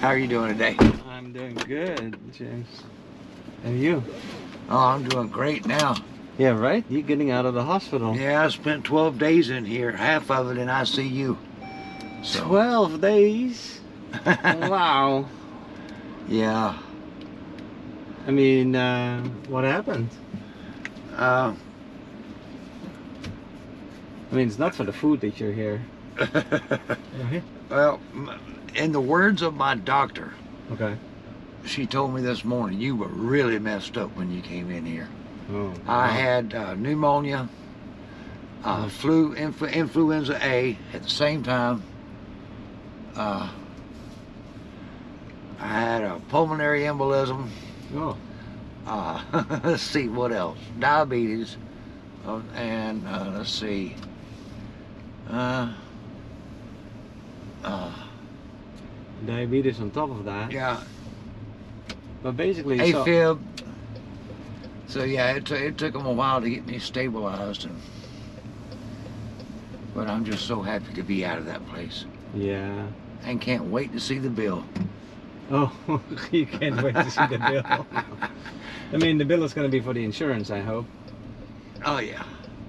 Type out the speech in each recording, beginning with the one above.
How are you doing today? I'm doing good, James. And you? Oh, I'm doing great now. Yeah, right? You getting out of the hospital. Yeah, I spent 12 days in here, half of it in ICU. So, 12 days? wow. yeah. I mean, uh, what happened? Uh, I mean, it's not for the food that you're here. Right? well, m- in the words of my doctor, Okay. she told me this morning, you were really messed up when you came in here. Oh. I had uh, pneumonia, uh, flu, influ- influenza A at the same time. Uh, I had a pulmonary embolism. Oh. Uh, let's see what else. Diabetes, uh, and uh, let's see. Uh, uh, Diabetes on top of that. yeah, But basically, so, AFib. So yeah, it, t- it took them a while to get me stabilized, and but I'm just so happy to be out of that place, yeah. and can't wait to see the bill. Oh, you can't wait to see the bill. I mean, the bill is going to be for the insurance, I hope. Oh yeah,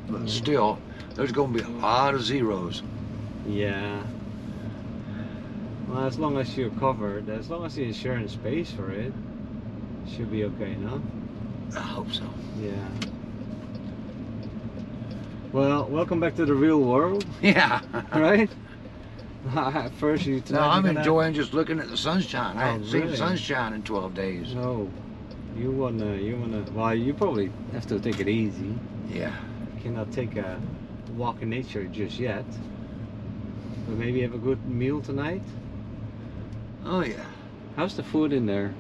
but still, there's gonna be a lot of zeros. Yeah. Well, as long as you're covered, as long as the insurance pays for it, should be okay, no? I hope so. Yeah. Well, welcome back to the real world, Yeah. right? First, you. No, tonight I'm you're gonna- enjoying just looking at the sunshine. I Oh, haven't seen really? sunshine in 12 days. No, you wanna, you wanna. Well, you probably have to take it easy. Yeah. Cannot take a walk in nature just yet. But maybe have a good meal tonight. Oh yeah. How's the food in there?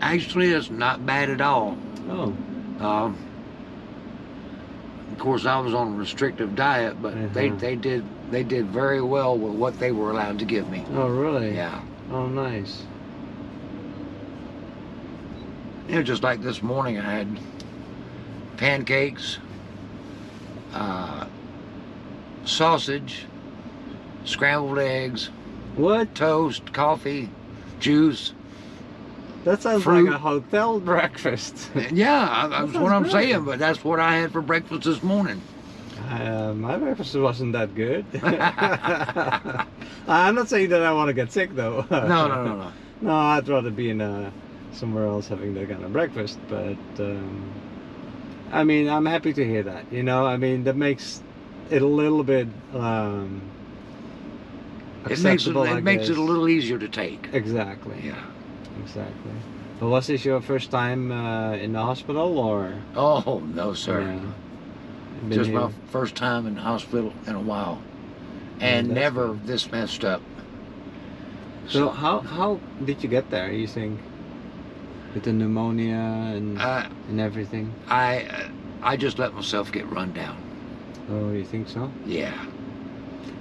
Actually, it's not bad at all. Oh, Um, of course, I was on a restrictive diet, but they, Mhm. they did they did very well with what they were allowed to give me. oh really? Yeah, Oh, nice. you know, just like this morning, I had pancakes, uh, sausage, scrambled eggs, What? toast, coffee, juice. That sounds Fruit. like a hotel breakfast. Yeah, I- that's sounds what I'm good. saying. But that's what I had for breakfast this morning. Uh, my breakfast wasn't that good. I'm not saying that I want to get sick though. No, no, no, no. No, I'd rather be in uh, somewhere else having that kind of breakfast. But um, I mean, I'm happy to hear that. You know, I mean, that makes it a little bit um, It makes it, acceptable, I it makes it guess. a little easier to take. Exactly. Yeah. Exactly. But was this your first time uh, in the hospital or? Oh no, sir. Yeah. Been Just my here- first time in the hospital in a while, Yeah, and that's never this messed up. So how how did you get there? You think with the pneumonia and I and everything? I uh, I just let myself get run down. Oh, you think so? Yeah.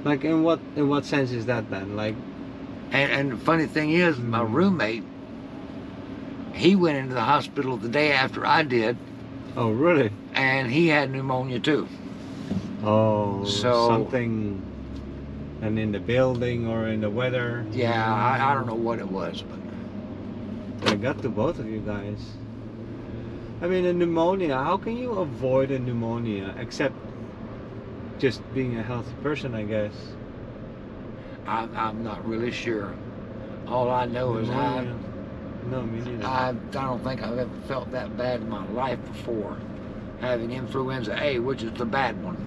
Like in what in what sense is that then? Like And and the funny thing is, my Mm. roommate, he went into the hospital the day after I did, oh really? and he had pneumonia too. Oh, So- something. And in the building or in the weather. Yeah, I, I don't know what it was, but I got to both of you guys. I mean, a pneumonia. How can you avoid a pneumonia except just being a healthy person? I guess. I'm I'm not really sure. All I know is I Pneumonia- No, me neither. I, I don't think I've ever felt that bad in my life before, having influenza A, which is the bad one.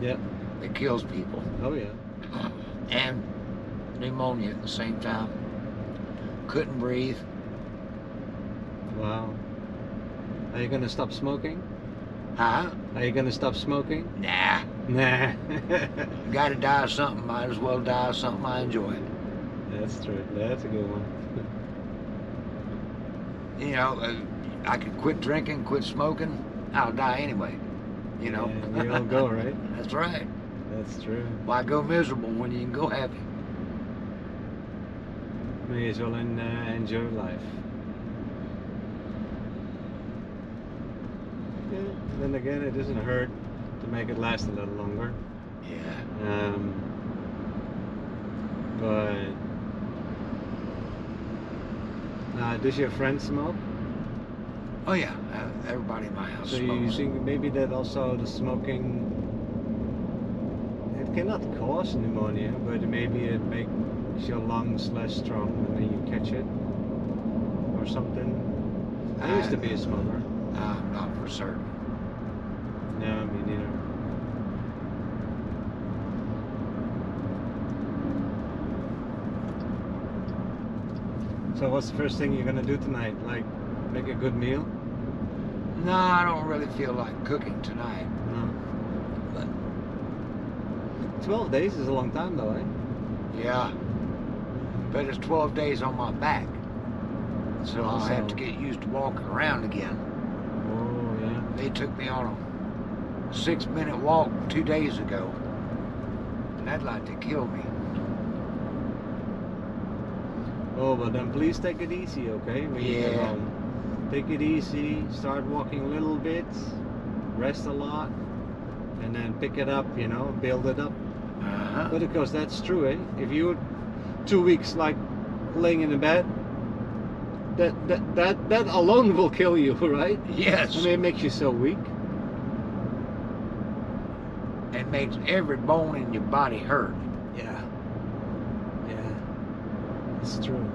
Yep. That kills people. oh yeah. And pneumonia at the same time. Couldn't breathe. Wow. Are you gonna stop smoking? Huh? Are you gonna stop smoking? Nah. Nah. Gotta die of something. Might as well die of something I enjoy. That's true. That's a good one. You know, uh, I could quit drinking, quit smoking. I'll die anyway. You know? Yeah, we all go, right? That's right. That's true. Why go miserable when you can go happy? May as well en- uh, enjoy life. Yeah. Then again, it doesn't hurt to make it last a little longer. Yeah. Um, but Uh, does your friend smoke? Oh yeah, uh, everybody in my house So you smokes. think maybe that also the smoking it cannot cause pneumonia, but maybe it makes your lungs less strong and then you catch it or something. I used to Ah. be a smoker. I'm not for certain. No, me neither. So what's the first thing you're gonna do tonight? Like make a good meal? No, I don't really feel like cooking tonight. No. Mm. Twelve days is a long time though, eh? Yeah, but it's 12 days on my back, so I'll have to So- get used to walking around again. Oh yeah. They took me on a six-minute walk two days ago, and that'd like to kill me. Oh, but then please take it easy, okay? When you get Yeah. home. Take it easy, start walking little bits, rest a lot, and then pick it up, you know, build it up. Uh-huh. But of course, that's true, eh? If you two weeks like laying in the bed, that, that, that, that alone will kill you, right? I Yes, mean, it makes you so weak. it makes every bone in your body hurt. Yeah. Yeah. It's true.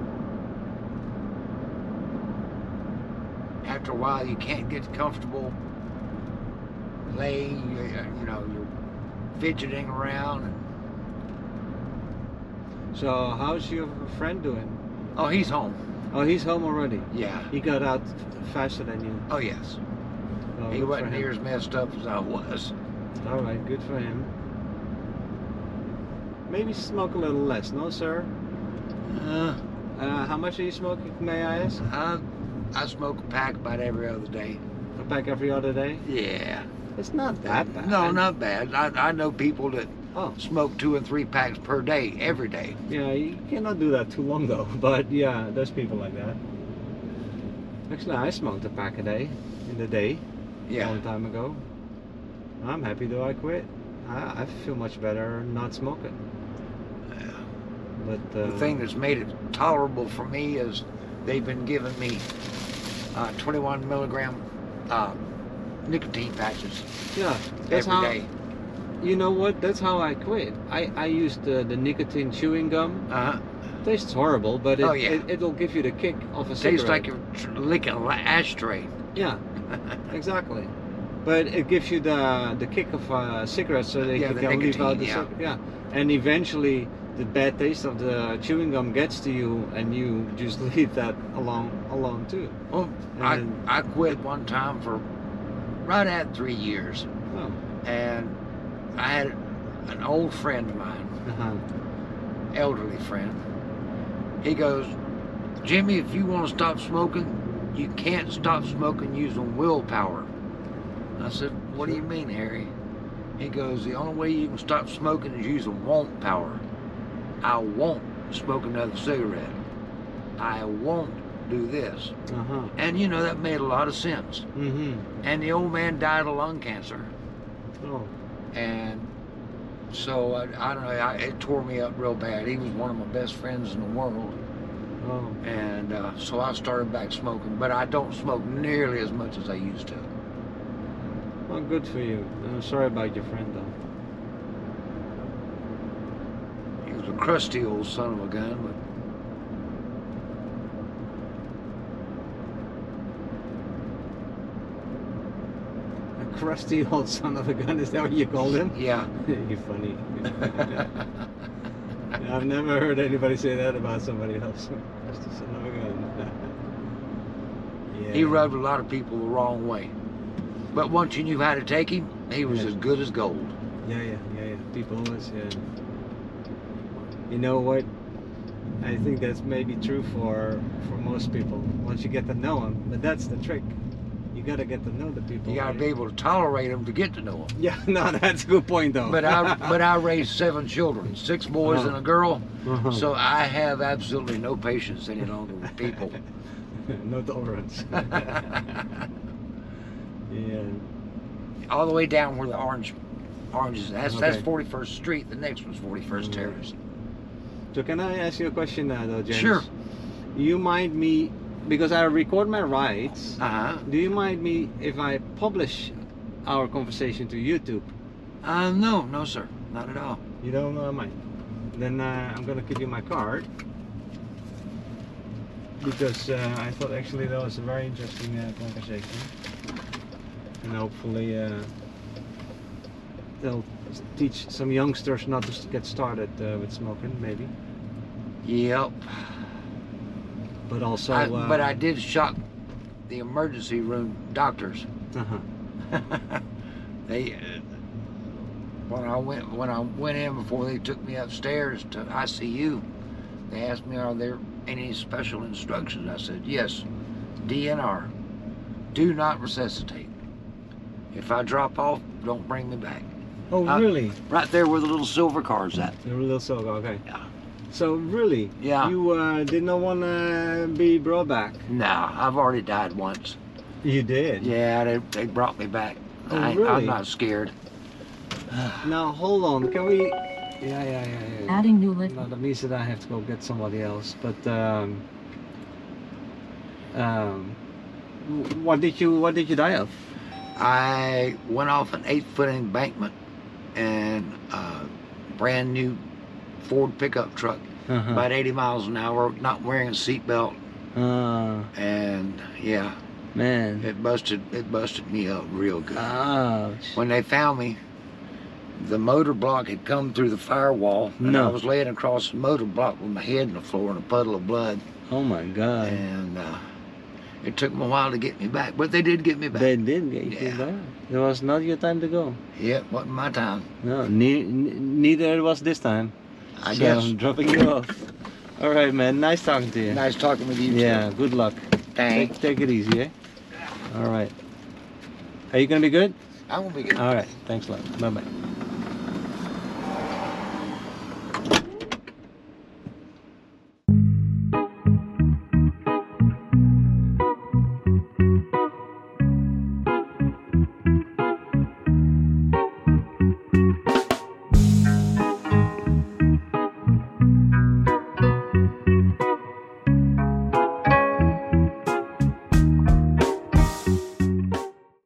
After a while, you can't get comfortable laying. You, uh, you know, you're fidgeting around. So, how's your friend doing? oh, he's home. Oh, he's home already. Yeah. He got out faster than you. Oh yes. Oh, he good for wasn't him. near as messed up as I was. All right, good for him. Maybe smoke a little less, no, sir? Uh, Uh, how much are you smoking, may I ask? I, I smoke a pack about every other day. A pack every other day? Yeah. It's not that bad. No, not bad. I, I know people that Oh, smoke two and three packs per day, every day. yeah, you cannot do that too long, though. But yeah, there's people like that. Actually, I smoked a pack a day in the day a Yeah. long time ago. I'm happy though I quit. I, I feel much better not smoking. But uh, The thing that's made it tolerable for me is they've been giving me uh, 21 milligram uh, nicotine patches yeah, every that's day. how you know what? That's how I quit. I I used the, the nicotine chewing gum. Uh-huh. Tastes horrible, but it, Oh, yeah. it, it'll give you the kick of a Tastes cigarette. like you're tr- licking an ashtray. yeah, exactly. But it gives you the the kick of a cigarette, so that Yeah, you the can leave nicotine, out the yeah. cig- yeah. And eventually, the bad taste of the chewing gum gets to you, and you just leave that alone alone too. Well, Oh, And I, then- I quit one time for right at three years. oh, and I had an old friend of mine, uh-huh. elderly friend. He goes, Jimmy, if you want to stop smoking, you can't stop smoking using willpower. And I said, What do you mean, Harry? He goes, The only way you can stop smoking is using want power. I won't smoke another cigarette. I won't do this. uh huh, And you know, that made a lot of sense. mm-hmm. And the old man died of lung cancer. Oh, and so I, I don't know. I, it tore me up real bad. He was one of my best friends in the world, oh, and uh, so I started back smoking. But I don't smoke nearly as much as I used to. well, good for you. I'm sorry about your friend though. He was a crusty old son of a gun, A crusty old son of a gun. Is that what you called him? but yeah. You're funny. I've never heard anybody say that about somebody else. That's the son of a gun. yeah. He rubbed a lot of people the wrong way. But once you knew how to take him, he was Yeah. as good as gold. Yeah, yeah, yeah, yeah. People always, yeah. You know what? I think that's maybe true for for most people. Once you get to know them, but that's the trick. You gotta get to know the people. You got to right? be able to tolerate him to get to know him. Yeah, no, that's a good point though. But I, but I raised seven children, six boys and a girl. Oh. Uh-huh. So I have absolutely no patience any longer with people. no tolerance. yeah. all the way down where the orange oranges. That's that's Okay. 41st Street. The next one's 41st Mm. Terrace. So can I ask you a question now, though, James? Sure. You mind me because I record my rides. Uh-huh. Do you mind me if I publish our conversation to YouTube? Uh, no, no, sir. Not at all. You don't uh, mind. Then uh, I'm gonna give you my card because uh, I thought actually that was a very interesting uh, conversation, and hopefully uh, they'll s- teach some youngsters not to s- get started uh, with smoking, maybe. Yep. But also, I- uh, but I did shock the emergency room doctors. uh-huh. they uh, when I went when I went in before they took me upstairs to ICU, they asked me are there any special instructions? I said yes, DNR, do not resuscitate. If I drop off, don't bring me back. Oh, Uh, really? Right there where the little silver car's at. The little soga, okay. Yeah. So really, Yeah. you uh, did not want to be brought back. Nah, I've already died once. You did. Yeah, they, they brought me back. Oh, I, really? I'm not scared. Now hold on, can we? Yeah, yeah, yeah, yeah. Adding new list. No, that means that I have to go get somebody else. But um, um, w- what did you what did you die of? I went off an eight foot embankment and a brand new Ford pickup truck, Uh-huh. about 80 miles an hour, not wearing a seatbelt. Uh, And yeah, man. it busted, it busted me up real good. Uh-huh. Ouch. When they found me, the motor block had come through the firewall, and I No. was laying across the motor block with my head in the floor in a puddle of blood. Oh my God. And uh, it took them a while to get me back, but they did get me back. They did get you Yeah. back. It was not your time to go. yeah, it wasn't my time. No, ne- n- neither it was this time. I so guess. I'm dropping you off. All right, man. Nice talking to you. Nice talking with you. too. Yeah. Good luck. Thank. Take, take it easy. Eh? All right. Are you gonna be good? I'm gonna be good. All right. Thanks a lot. Bye bye.